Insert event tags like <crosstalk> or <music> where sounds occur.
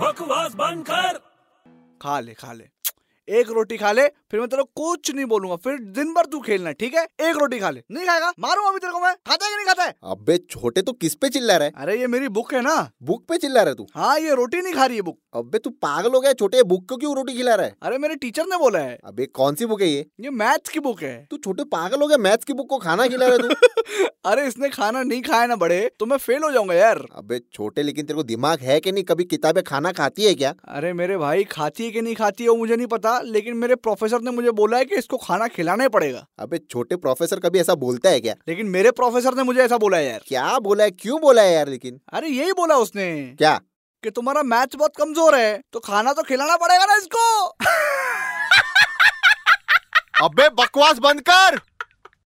बकवास बंद कर खा ले खा ले एक रोटी खा ले फिर मैं तेरे को कुछ नहीं बोलूंगा फिर दिन भर तू खेलना ठीक है एक रोटी खा ले नहीं खाएगा मारूंगा अभी तेरे को मैं खाता है कि नहीं खाता है अबे छोटे तो किस पे चिल्ला रहा है अरे ये मेरी बुक है ना बुक पे चिल्ला रहा है तू हाँ ये रोटी नहीं खा रही है बुक अबे तू पागल हो गया छोटे बुक को क्यों रोटी खिला रहा है अरे मेरे टीचर ने बोला है अबे कौन सी बुक है ये ये मैथ्स की बुक है <laughs> तू छोटे पागल हो गया मैथ्स की बुक को खाना खिला रहा <laughs> है तू अरे इसने खाना नहीं खाया ना बड़े तो मैं फेल हो जाऊंगा यार अबे छोटे लेकिन तेरे को दिमाग है कि नहीं कभी किताबें खाना खाती है क्या अरे मेरे भाई खाती है कि नहीं खाती है वो मुझे नहीं पता लेकिन मेरे प्रोफेसर ने मुझे बोला है कि इसको खाना खिलाना ही पड़ेगा अबे छोटे प्रोफेसर कभी ऐसा बोलता है क्या लेकिन मेरे प्रोफेसर ने मुझे ऐसा बोला है यार क्या बोला है क्यों बोला है यार <laughs> लेकिन अरे यही बोला उसने क्या कि तुम्हारा मैच बहुत कमजोर है तो खाना तो खिलाना पड़ेगा ना इसको अबे बकवास बंद कर